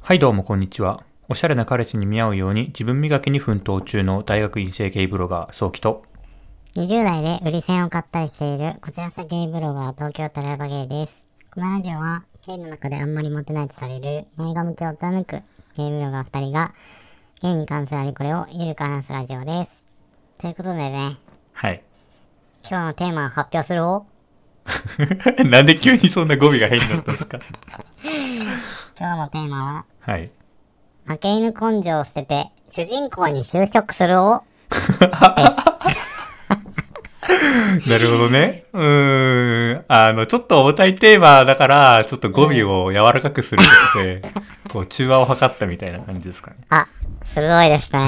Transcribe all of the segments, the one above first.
はいどうもこんにちは。おしゃれな彼氏に見合うように自分磨きに奮闘中の大学院生ゲイブロガー、早期と。 20代で売り線を買ったりしているこちらさゲイブロガー東京タラバゲイです。このラジオはゲイの中であんまりモテないとされる前髪系を貫くゲイブロガー2人がゲイに関するあれこれをゆるく話すラジオです。ということでね、はい。今日のテーマを発表する方 なんで急にそんな語尾が変になったんですか今日のテーマは はい。負け犬根性を捨てて主人公に就職するをなるほどね。うーん。あの、ちょっと重たいテーマだから、ちょっと語尾を柔らかくすること で、こう、中和を図ったみたいな感じですかね。あ、鋭いですね。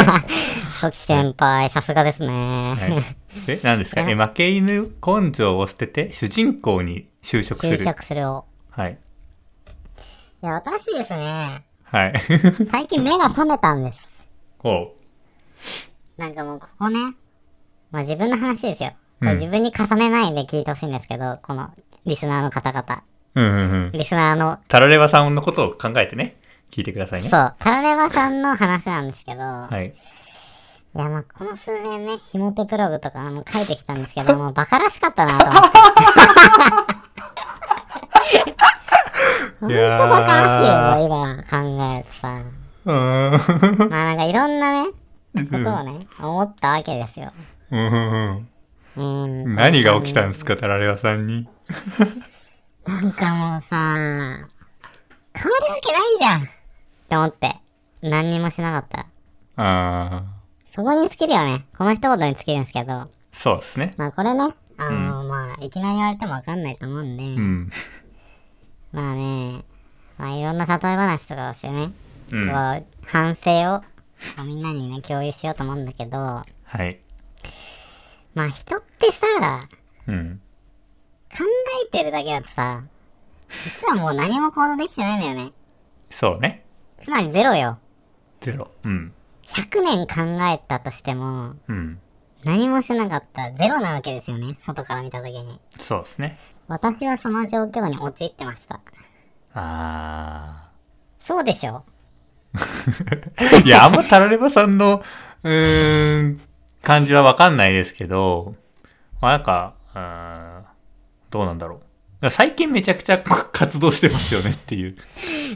ソキ先輩、さすがですは ね。い。え、何ですかえ、負け犬根性を捨てて、主人公に就職す就る。職するを。はい。いや、私ですね、 はい。最近目が覚めたんです。こう。なんかもうここね、まあ自分の話ですよ。うんこれ自分に重ねないで聞いてほしいんですけど、このリスナーの方々。うんうんうん。リスナーの、タラレバさんのことを考えてね、聞いてくださいね。そう、タラレバさんの話なんですけど、い、はい。やまあこの数年ね、ひもてプログとかも書いてきたんですけど、もうバカらしかったなと思って。いほんとバカらしいよ、 今考えるとさ。うーん。まあなんかいろんなね、ことをね、思ったわけですよ。うんうんうー。うんん何が起きたんですか、タラレバさんに。なんかもうさ、変わるわけないじゃんって思って。何にもしなかったら。ああ、そこに尽きるよね。この一言に尽きるんですけど。そうですね。まあこれね、あのまあ、いきなり言われてもわかんないと思うんで、うん。まあね、まあいろんな例え話とかをしてね、うこん。う、反省を、こうみんなにね、共有しようと思うんだけど、まはい。あ人ってさ、うん。考えてるだけだとさ、実はもう何も行動できてないんだよね。そうね。つまりゼロよ。ゼロ。うん。 100年考えたとしても、うん。何もしなかったらゼロなわけですよね外から見た時にそうですね。私はその状況に陥ってましたあそうでしょあ。いや、あんまタラレバさんの、うーん、感じはわかんないですけど、まあ、なんか、うーん、どうなんだろう。最近めちゃくちゃ活動してますよねっていう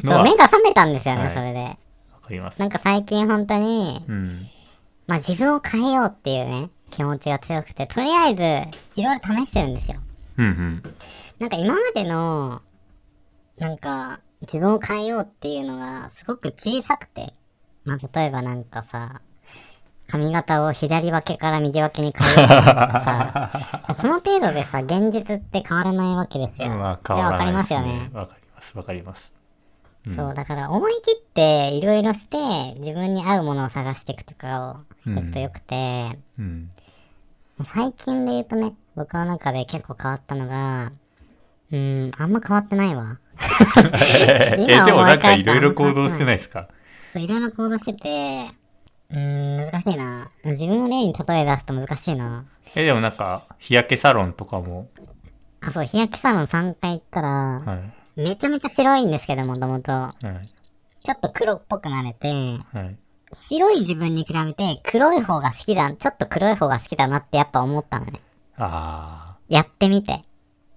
のそうは目が覚めたんですよね、はいそれでわかりますな。んか最近本当にうん。まあ自分を変えようっていうね気持ちが強くてとりあえずいろいろ試してるんですようんうん。なんか今までのなんか自分を変えようっていうのがすごく小さくてまあ例えばなんかさ髪型を左分けから右分けに変えようとかさその程度でさ、現実って変わらないわけですよ。まあ変わらこれわかりないでますすよねね。。わかります。わかります。そう、だから思い切っていろいろして、自分に合うものを探していくとかをしていくとよくて、うん。最近で言うとね、僕の中で結構変わったのが、うーん、あんま変わってないわ。 え、今でも思ない返んしかたらいろいろ行動してないですかそう、いろいろ行動してて、うーん、難しいな。自分の例に例え出すと難しいな。え、でもなんか、日焼けサロンとかも、あ、そう、日焼けサロン3回行ったら、はめちゃめちゃ白いんですけど、もともと。い、はい、ちょっと黒っぽくなれて、はい。白い自分に比べて黒い方が好きだ、ちょっと黒い方が好きだなってやっぱ思ったのね。ああ、やってみて。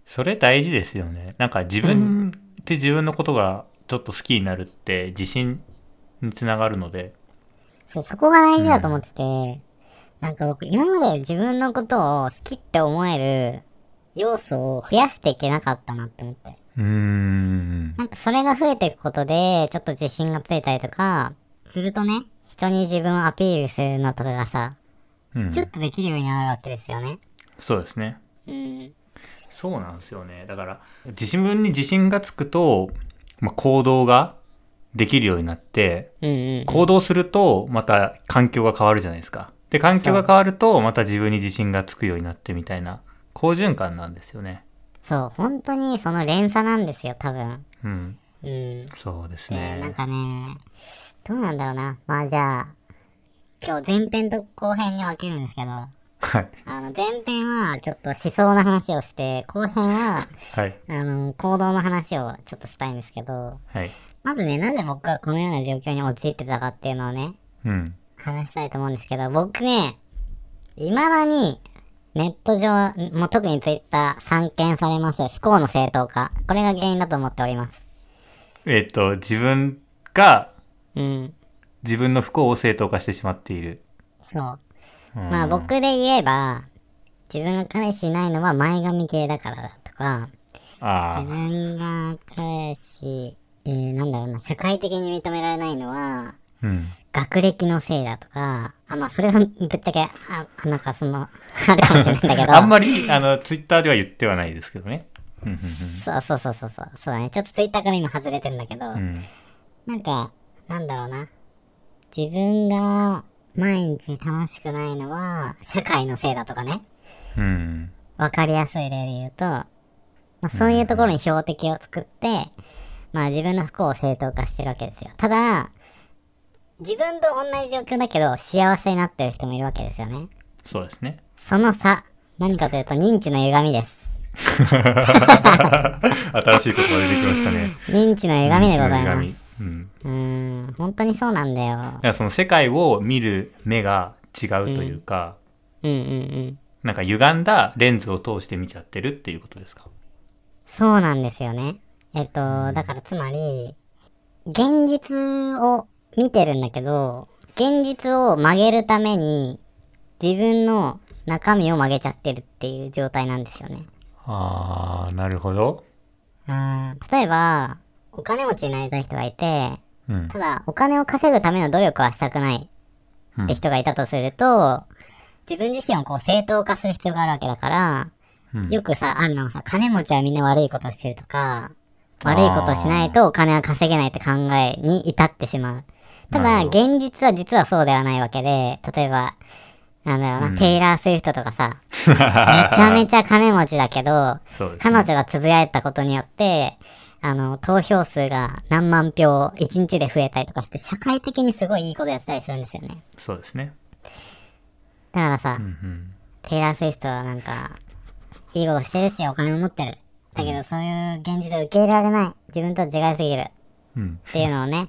それ大事ですよね。なんか自分って自分のことがちょっと好きになるって自信につながるので、そうそこが大事だと思ってて、なんか僕今まで自分のことを好きって思える要素を増やしていけなかったなって思って。うーん、なんかそれが増えていくことで、ちょっと自信がついたりとか、するとね、人に自分をアピールするのとかがさ、うん。ちょっとできるようになるわけですよね。そうですね。うん。そうなんですよね。だから、自分に自信がつくと、まあ、行動ができるようになって、うんうん。行動するとまた環境が変わるじゃないですか。で環境が変わるとまた自分に自信がつくようになってみたいな好循環なんですよね。そう、本当にその連鎖なんですよ、多分。うん、うん。そうですでなんね。かね、どうなんだろうな。まあじゃあ、今日前編と後編に分けるんですけど、あはいの前編はちょっと思想の話をして、後編は はいあの行動の話をちょっとしたいんですけど、はいまずね、なんで僕がこのような状況に陥ってたかっていうのをね、うん。話したいと思うんですけど、僕ね、未だに、ネット上、もう特にツイッター散見されます不幸の正当化。これが原因だと思っております。えっと、自分がうん。自分の不幸を正当化してしまっている。そう。うんまあ僕で言えば、自分が彼氏いないのは前髪系だからだとか、あ自分が彼氏、えー、なんだろうな、社会的に認められないのあ。は、うん。学歴のせいだとか、あ、まあそれはぶっちゃけ、あ、なんかその、あるかもしれないんだけど。あんまり、あの、ツイッターでは言ってはないですけどね。うんうんそうそうそうそうそう。そうだね。ちょっとツイッターから今外れてんだけど、うんうん。なんか、なんだろうな。自分が毎日楽しくないのは、社会のせいだとかね。うん。わかりやすい例で言うと、まあ、そういうところに標的を作って、まあ自分の不幸を正当化してるわけですよ。ただ、自分と同じ状況だけど、幸せになってる人もいるわけですよね。そうです ね。その差、何かというと認知の歪みです。新しい言葉出てきましたね。認知の歪みでございます。歪みうん。うーん、本当にそうなんだよだ。からその世界を見る目が違うというか、うんうんうん。なんか歪んだレンズを通して見ちゃってるっていうことですか。そうなんですよね。えっと、だからつまり、現実を見てるんだけど、現実を曲げるために、自分の中身を曲げちゃってるっていう状態なんですよね。ああ、なるほど。うん。例えば、お金持ちになりたい人がいて、うん。ただ、お金を稼ぐための努力はしたくないって人がいたとすると、自分自身をこう正当化する必要があるわけだから、うんよくさ、あるのがさ、金持ちはみんな悪いことしてるとか、悪いことしないとお金は稼げないって考えに至ってしまう。たなだ、るほど現実は実はそうではないわけで、例えば、なんだろうな、テイラー・スウィフトとかさ、めちゃめちゃ金持ちだけど、そうです彼ね。女がつぶやいたことによって、あの、投票数が何万票一日で増えたりとかして、社会的にすごいいいことやってたりするんですよね。そうですね。だからさ、うんうん。テイラー・スウィフトはなんか、いいことしてるし、お金も持ってる。だけど、そういう現実を受け入れられない。自分とは違いすぎる。うん。っていうのをね、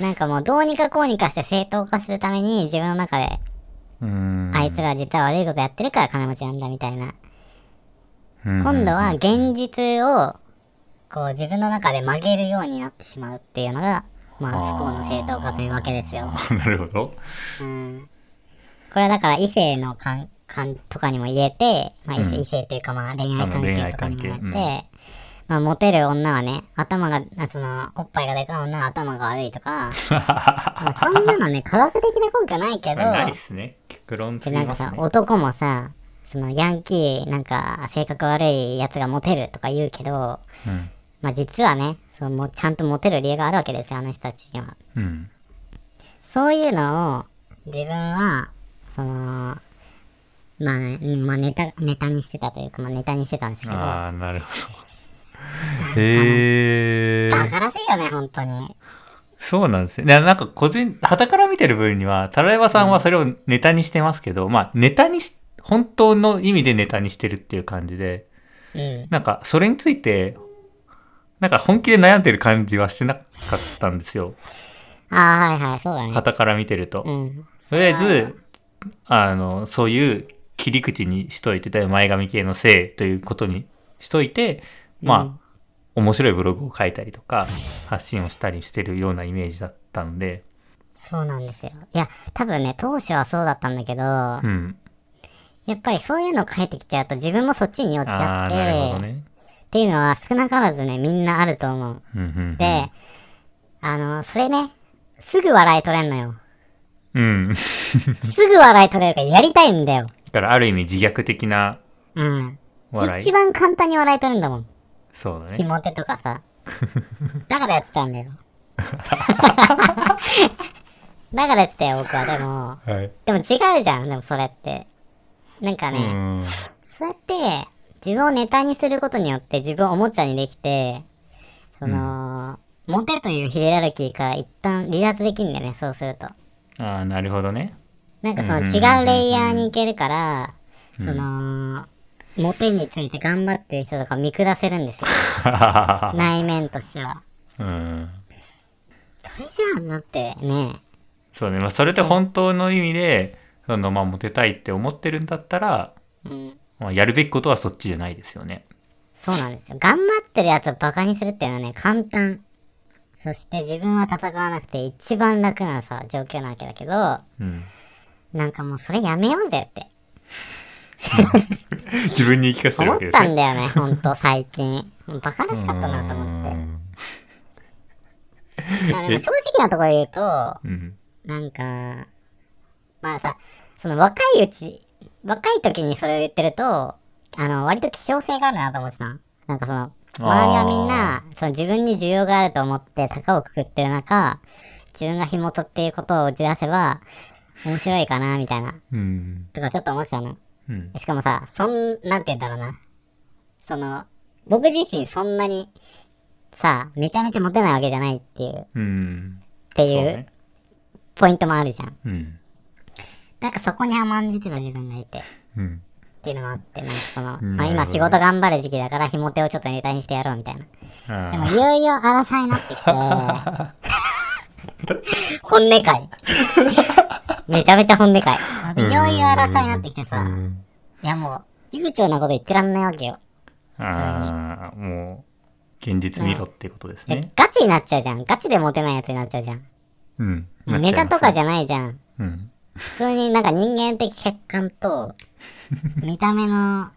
なんかもうどうにかこうにかして正当化するために、自分の中で、うーん。あいつら実は悪いことやってるから金持ちなんだみたいうな。んうん今度は現実を、こう自分の中で曲げるようになってしまうっていうのが、まあ、あー不幸の正当化というわけですよ。あなるほど。うんこれはだから異性の関関とかにも言えて、まあ異性,、うん異性というかまあ恋愛関係とかにもなって、あの恋愛関係まあモテる女はね、頭が、あその、おっぱいがでかい女は頭が悪い とか、まあそんなのね、科学的な根拠ないけど、ないですね。結論つできなんまかすさ、ね。男もさ、そのヤンキー、なんか性格悪いやつがモテるとか言うけど、うんまあ実はね、そのもうちゃんとモテる理由があるわけですよ、あの人たちには。うん。そういうのを、自分は、その、まあ、うんまあ、ネタ、ネタにしてたというか、まあ、ネタにしてたんですけど、バああ、なるほど。へえ。カらしいよね、本当に。そうなんですね。ななんか個人、傍から見てる分には、タラエバさんはそれをネタにしてますけど、まあネタにし、本当の意味でネタにしてるっていう感じで、うん。なんかそれについて、なんか本気で悩んでる感じはしてなかったんですよ。ああ、はいはい、そうだね。傍から見てるとう。ん。とりあえず、あの、そういう切り口にしといて、例えば前髪系のせいということにしといて、まあ、面白いブログを書いたりとか、発信をしたりしてるようなイメージだったんで、そうなんですよ。いや、多分ね、当初はそうだったんだけど、うん。やっぱりそういうの書いてきちゃうと、自分もそっちに寄っちあゃあ、っなるほどて、ね。っていうのは少なからずね、みんなあると思う。うんうんうんで、あの、それね、すぐ笑い取れんのよ。うん。 だすぐ笑い取れるからやりたいんだよ。からある意味自虐的なうん。笑い一。番簡単に笑い取るんだもん。そうだひね。も手とか さ。だからやってたんだよ。だからやってたよ、僕は。でも、はい。でも違うじゃん、でもそれって。なんかうね、ん。そうやって、自分をネタにすることによって自分をおもちゃにできて、その、モテというヒエラルキーから一旦離脱できるんだよね、そうすると。ああ、なるほど ね。なんかそのうんうんうんうん違うレイヤーに行けるから、その、モテについて頑張ってる人とか見下せるんですよ。内面としては。うん。それじゃあ、だってね、そうね、まあ、それで本当の意味でその、まあ、モテたいって思ってるんだったら、うん、まあ、やるべきことはそっちじゃないですよね。そうなんですよ。頑張ってるやつをバカにするっていうのはね、簡単。そして自分は戦わなくて一番楽なさ、状況なわけだけど、うん、なんかもうそれやめようぜって自分に言い聞かせてる思わっけですたんね。だよね、ほんと最近。もうバカらしかったなと思って。いやでも正直なところ言うと、うーんうんなんか、まあさ、その若いうち、若い時にそれを言ってると、あの、割と希少性があるなと思ってたの。なんかその、周りはみんな、その自分に需要があると思って高をくくってる中、自分が紐とっていうことを打ち出せば、面白いかな、みたいな、うんとかちょっと思ってたの。うんしかもさ、そん、なんて言うんだろうな。その、僕自身そんなに、さ、めちゃめちゃモテないわけじゃないっていう、っうんてそういうねポイントもあるじゃん。うんなんかそこに甘んじてた自分がいて、っうんていうのもあって、なんかその、うんまあな今るほ仕どね事頑張る時期だから、ひも手をちょっとネタにしてやろうみたいな。でもあいよいよ争いになって きて、本音会。めちゃめちゃ本音会。いよいよ争いになってきてーさう、んいやもう、悠長なこと言ってらんないわけよ。あーもう現実見ろっていうことですえね。ガチになっちゃうじゃん。ガチでモテないやつになっちゃうじゃん。うん、ネタとかじじゃないじゃん。ゃ、うん、普通になんか人間的欠陥 と見た目の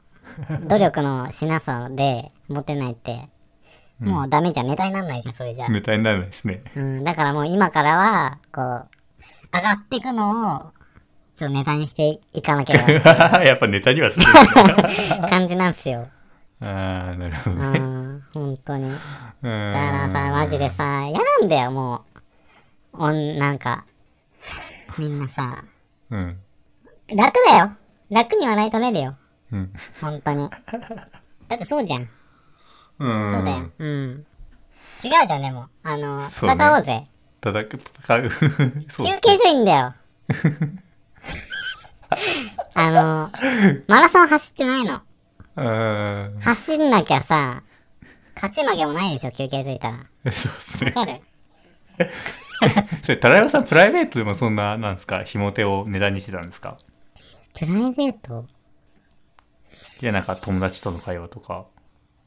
努力のしなさでモテないってもうダメじゃんネタになんないじゃんそれじゃ、ネタにならないですね。 うん、だからもう今からはこう上がっていくのをちょっとネタにしていかなきゃいけやっぱネタにはするよね。 ない感じなんす よああ、なるほどうね。ん本当にうだからーん。さマジでさ嫌なんだよもうおんなんかみんなさうん。楽だよ楽に笑い取れるようん。本当 にだってそうじゃんうん。そうだよ。うん。違うじゃん、でも。あの、そうね戦おうぜ。叩く、戦う。 そう休憩所いいんだよ。 あの、マラソン走ってないの。うーん。走んなきゃさ、勝ち負けもないでしょ、休憩所いたら。そうですね。わかるそれ、タラヤマさん、プライベートでもそんな、なんですか、ひも手を値段にしてたんですかプライベートいや、なんか、友達との会話とか、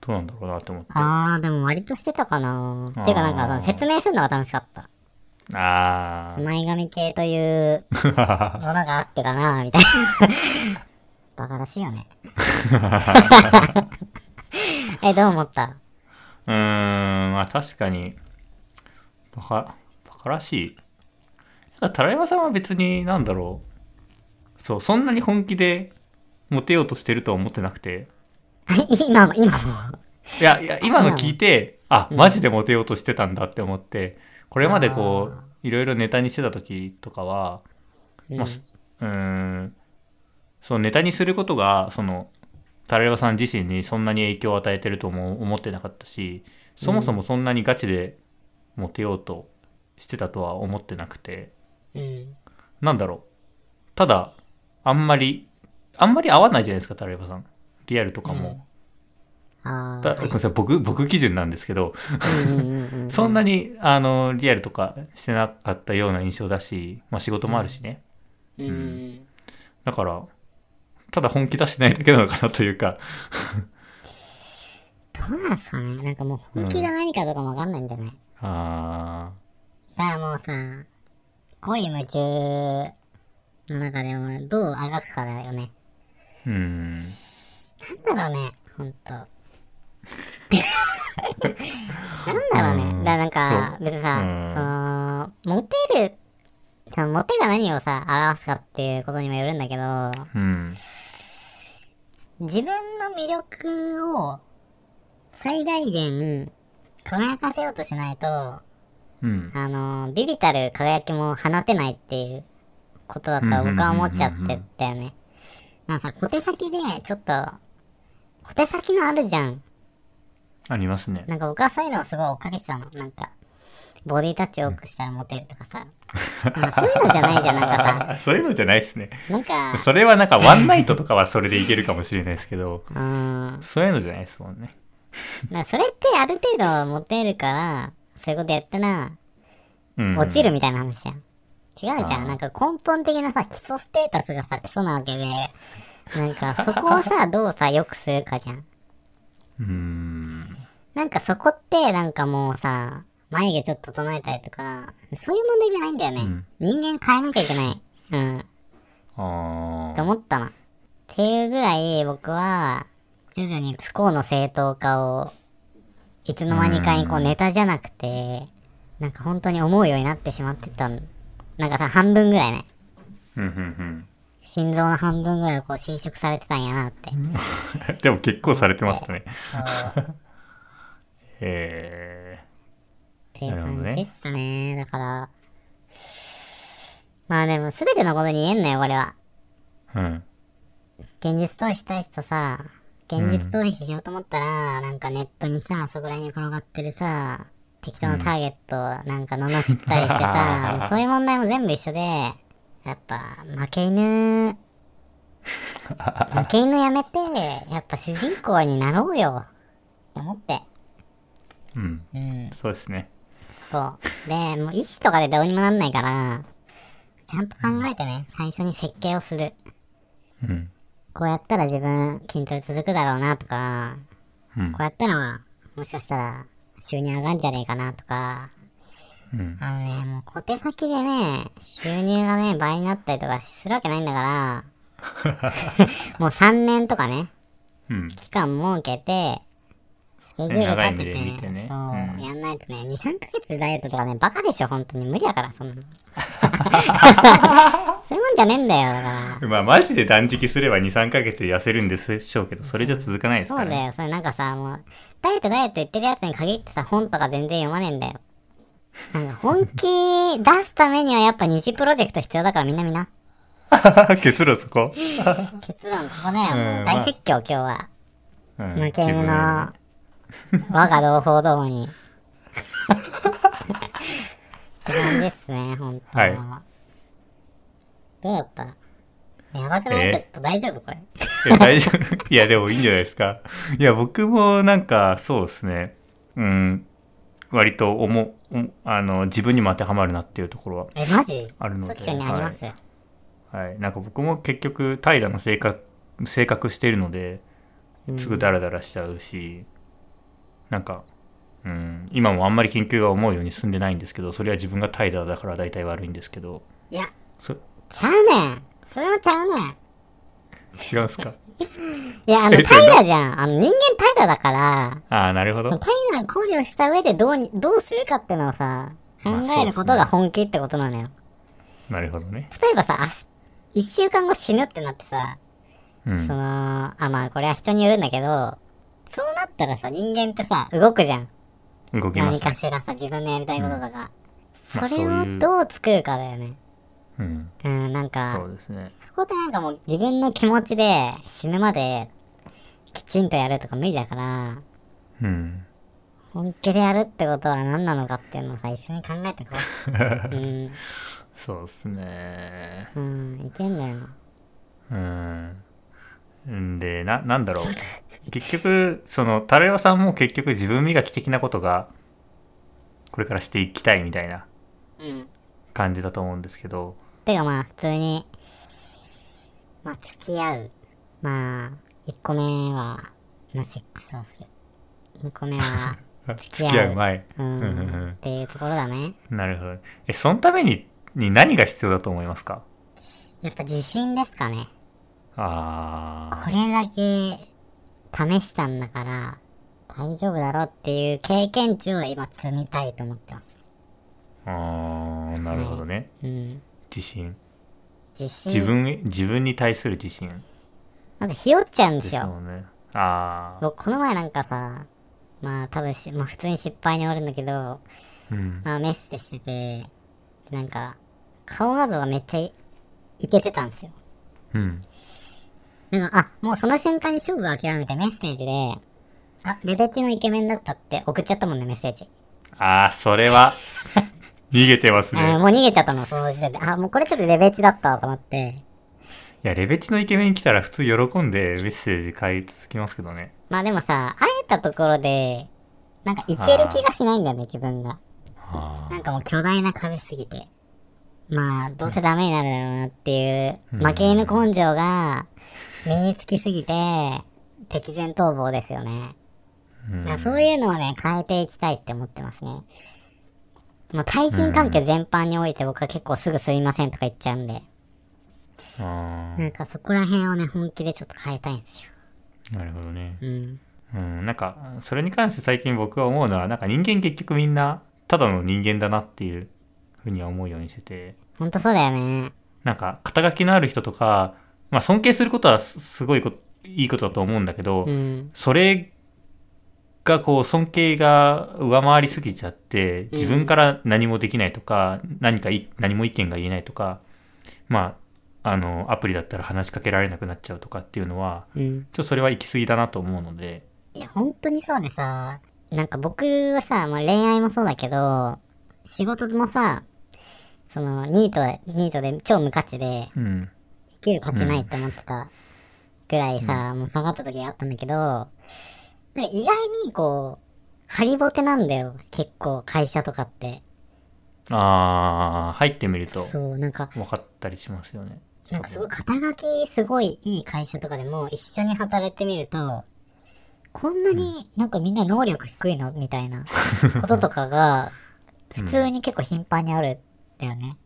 どうなんだろうなって思って。あー、でも割としてたかなあーていうかなんかその、説明するのが楽しかった。あ前髪系というあ。ものがあってだなみたいな。 バカらしいよね。 え、どう思ったうーん、まあ確かに、バカ、バカらしい。なんか、タラヤマさんは別に、なんだろう。そう、そんなに本気で、モテようとしてるとは思ってなくて、今も、今も。いやいや今の聞いてあマジでモテようとしてたんだって思ってこれまでこあういろいろネタにしてた時とかはまあすうーんそのネタにすることがそのタラレバさん自身にそんなに影響を与えてるとも思ってなかったしそもそもそんなにガチでモテようとしてたとは思ってなくてうん。なんだろうただあんまりあんまり合わないじゃないですかタラレバさんリアルとかも、あた あ。ごめんなさい僕僕基準なんですけどうんうんうんうんそんなにあのリアルとかしてなかったような印象だし、まあ、仕事もあるしね、うん。だからただ本気出してないだけなのかなというかどうなんすかねなんかもう本気が何かとかもわかんないんだよね。あだからもうさ、恋夢中の中でもどうあがくかだよね。ーうんなんだろうね、ほんと。 なんだろうね。だからなんか、別にさ、その、モテる、そのモテが何をさ、表すかっていうことにもよるんだけど、うん自分の魅力を最大限輝かせようとしないと、あうんの、ビビたる輝きも放てないっていうことだと僕は思っちゃってたよね。なんかさ、小手先でちょっと、小手先のあるじゃん。ありますね なんか僕はそういうのをすごい追っかけてたの。なんか、ボディタッチ多くしたらモテるとかさ。 なんかそういうのじゃないじゃん、なんかさ。そういうのじゃないですねなんか、それはなんかワンナイトとかはそれでいけるかもしれないですけどうーん。そういうのじゃないですもんねなそれってある程度モテるからそういうことやったらうん落ちるみたいな話じゃん。違うじゃあーん。なんか根本的なさ、基礎ステータスがさ、クソなわけで、なんかそこ をさ、どうさ、良くするかじゃん。うんなんかそこって、なんかもうさ、眉毛ちょっと整えたりとか、そういう問題じゃないんだよね。ん人間変えなきゃいけない。うん。あってあ思ったの。っていうぐらい僕は、徐々に不幸の正当化を、いつの間にかにこうネタじゃなくて、なんか本当に思うようになってしまってたんなんかさ、半分ぐらいね。うんうん心臓の半分ぐらいをこう侵食されてたんやなって。うん でも結構されてましたね へっていう感じでしたね。だから、まあでも全てのことに言えんのよ、これは。えうん現実逃避したい人さ、現実逃避しようと思ったら、なんかネットにさ、そこら辺に転がってるさ、適当なターゲットをなんか罵ったりしてさ、もうそういう問題も全部一緒で、やっぱ、負け犬、負け犬やめて、やっぱ主人公になろうよ、って思って。うんうん。そうですねそう。で、もう意思とかでどうにもなんないから、ちゃんと考えてね、最初に設計をする。うんこうやったら自分筋トレ続くだろうなとか、うんこうやったら、もしかしたら、収入上がんじゃねえかなとか、うんあのね、もう小手先でね、収入がね、倍になったりとかするわけないん だから、もう3年とかね、うん期間設けて、スケジュール立て長い目で見ててねそう、うんやんないとね、2、3ヶ月でダイエットとかね、バカでしょ、本当に。無理やから、そんな の。 そういうもんじゃねえんだよ、だか ら。まあマジで断食すれば23ヶ月で痩せるんでしょうけどそれじゃ続かないですそかうらねだよ、それなんかさ、もう、ダイエットダイエット言ってるやつに限ってさ、本とか全然読まねえんだよ。なんか本気出すためにはやっぱ二次プロジェクト必要だからみんなみんな。 結論そこ、結論ここだよ、もうんう大説教今日は。うん負け犬の、自我が同胞どもに。 って感じですね、ほんと。はいどうだったやばくないえちょっと大丈夫これ。分のいや大丈夫いやでもいいんじゃないですかいや僕もなんかそうですねうん割と思うおあの自分にも当てはまるなっていうところはえ、マジあるので即興にあります、はい、なんか僕も結局平良の性格性格してるのでうんすぐダラダラしちゃうし、なんか、うん、今もあんまり研究が思うように進んでないんですけどそれは自分が平良だから大体悪いんですけどいや、そちゃうねんそれもちゃうねん違うんですかいや、あの、え平らじゃん。あの、人間平らだから、ああなるほそどの平らを考慮した上でどうに、どうするかってのをさ、考まあえることが本気ってことなのよ。なるほどね、例えばさ、明日、一週間後死ぬってなってさ、うそん、の、あ、まあこれは人によるんだけど、そうなったらさ、人間ってさ、動くじゃん。動きま何すねかしらさ、自分のやりたいこととか。まあそれそうをいうどう作るかだよね。うん、うん、なんそか、うですねそこでなんかもう自分の気持ちで死ぬまできちんとやるとか無理だから、うん本気でやるってことは何なのかっていうのをさ、一緒に考えてこ う。うん、そうですねうん、いけんだよ。うんんでななんだろう結局そのタレオさんも結局自分磨き的なことがこれからしていきたいみたいなうん。感じだと思うんですけどてかまあ、普通に、まあ、付き合う。まあ、1個目は、まあ、セックスをする。2個目は、 付き合う前ううんうんうんん、っていうところだね。なるほどえそのためにに何が必要だと思いますかやっぱ自信ですかね。あこれだけ、試したんだから、大丈夫だろうっていう経験値を今積みたいと思ってます。ーあーなるほどねうん。自信自信。自分へ自分に対する自信まずひよっちゃうんでですすよ。よねああ僕この前なんかさまあ多分し、まあ、普通に失敗に終わるんだけど、うんまあ、メッセしててなんか顔画像がめっちゃいいけてたんですようんなんかあもうその瞬間に勝負を諦めてメッセージであレベチのイケメンだったって送っちゃったもんねメッセージ、ああそれは逃げてますあねもう逃げちゃったのその時点であもうこれちょっとレベチだったわと思っていやレベチのイケメン来たら普通喜んでメッセージ返ってきますけどねまあでもさ会えたところでなんかいける気がしないんだよね自分があなんかもう巨大な壁すぎて。まあ、どうせダメになるだろうなっていう、負け犬根性が身につきすぎて、敵前逃亡ですよね。うんだからそういうのをね、変えていきたいって思ってますね。もう対人関係全般において僕は結構すぐすいませんとか言っちゃうんで、ーあなんかそこら辺をね、本気でちょっと変えたいんですよ。ーなるほどね。うん。うん、なんか、それに関して最近僕は思うのは、なんか人間結局みんな、ただの人間だなっていうふうには思うようにしてて、ほんとそうだよね。なんか、肩書きのある人とか、まあ尊敬することはすすごいこいいことだと思うんだけど、うん。それがこう尊敬が上回りすぎちゃって自分から何もできないとか、何かい何も意見が言えないとかまああのアプリだったら話しかけられなくなっちゃうとかっていうのはうちん。ょっとそれは行き過ぎだなと思うのでいや、本当にそうでさ、なんか僕はさ、まあ、恋愛もそうだけど、仕事もさ、その、ニートで、ニートで超無価値で、うん生きる価値ないって思ってたぐらいさ、もう下がった時があったんだけど、なんか意外にこう、ハリボテなんだよ、結構、会社とかって。あー入ってみるとそう、なんか、分かったりしますよね。なんかすごい肩書きすごいいい会社とかでも一緒に働いてみると、こんなになんかみんな能力低いのみたいなこととかが普通に結構頻繁にあるんだよね。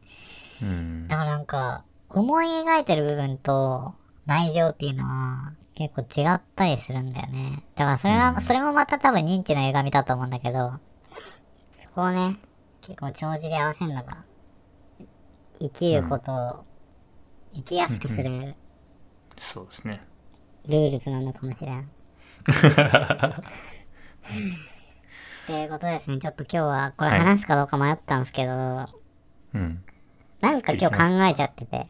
うんだからなんか思い描いてる部分と内情っていうのは結構違ったりするんだよね。だからそれは、それもまた多分認知の歪みだと思うんだけど、そこをね、結構帳尻合わせるのが、生きることを生きやすくする、そうですね。ルールズなのかもしれん。ということですね、ちょっと今日はこれはい話すかどうか迷ったんですけど、うん。なんか今日考えちゃってて、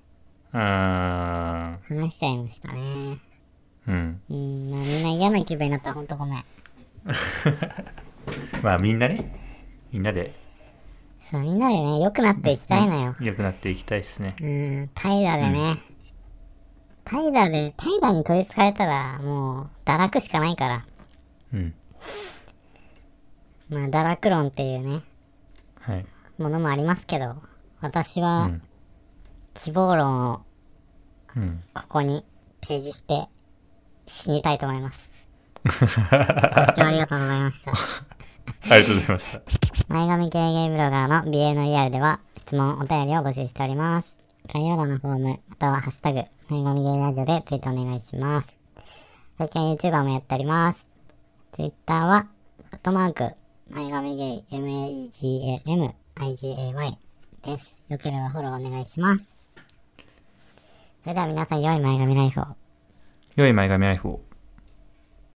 うーん。話しちゃいましたね。うん。うん、まあみんな嫌な気分になったらほんとごめん。まあみんなね、みんなでそう、みんなでね、良くなっていきたいのよ。良くなっていきたいですね。うん、怠惰でね。怠惰で、怠惰に取り憑かれたら、もう、堕落しかないから。うん。まあ、堕落論っていうね、はい。ものもありますけど、私うはん、。希望論をうん。 ここに提示して死にたいと思います。ご視聴ありがとうございました。ありがとうございました。前髪系ゲイブロガーの BNER では質問、お便りを募集しております。概要欄のフォーム、またはハッシュタグ、前髪ゲイラジオでツイートお願いします。最近は YouTuber もやっております。Twitter は、アットマーク、前髪ゲイ、MAGAM、IGAY です。よければフォローお願いします。それでは皆さん良い前髪ライフを。良い前髪ライフを。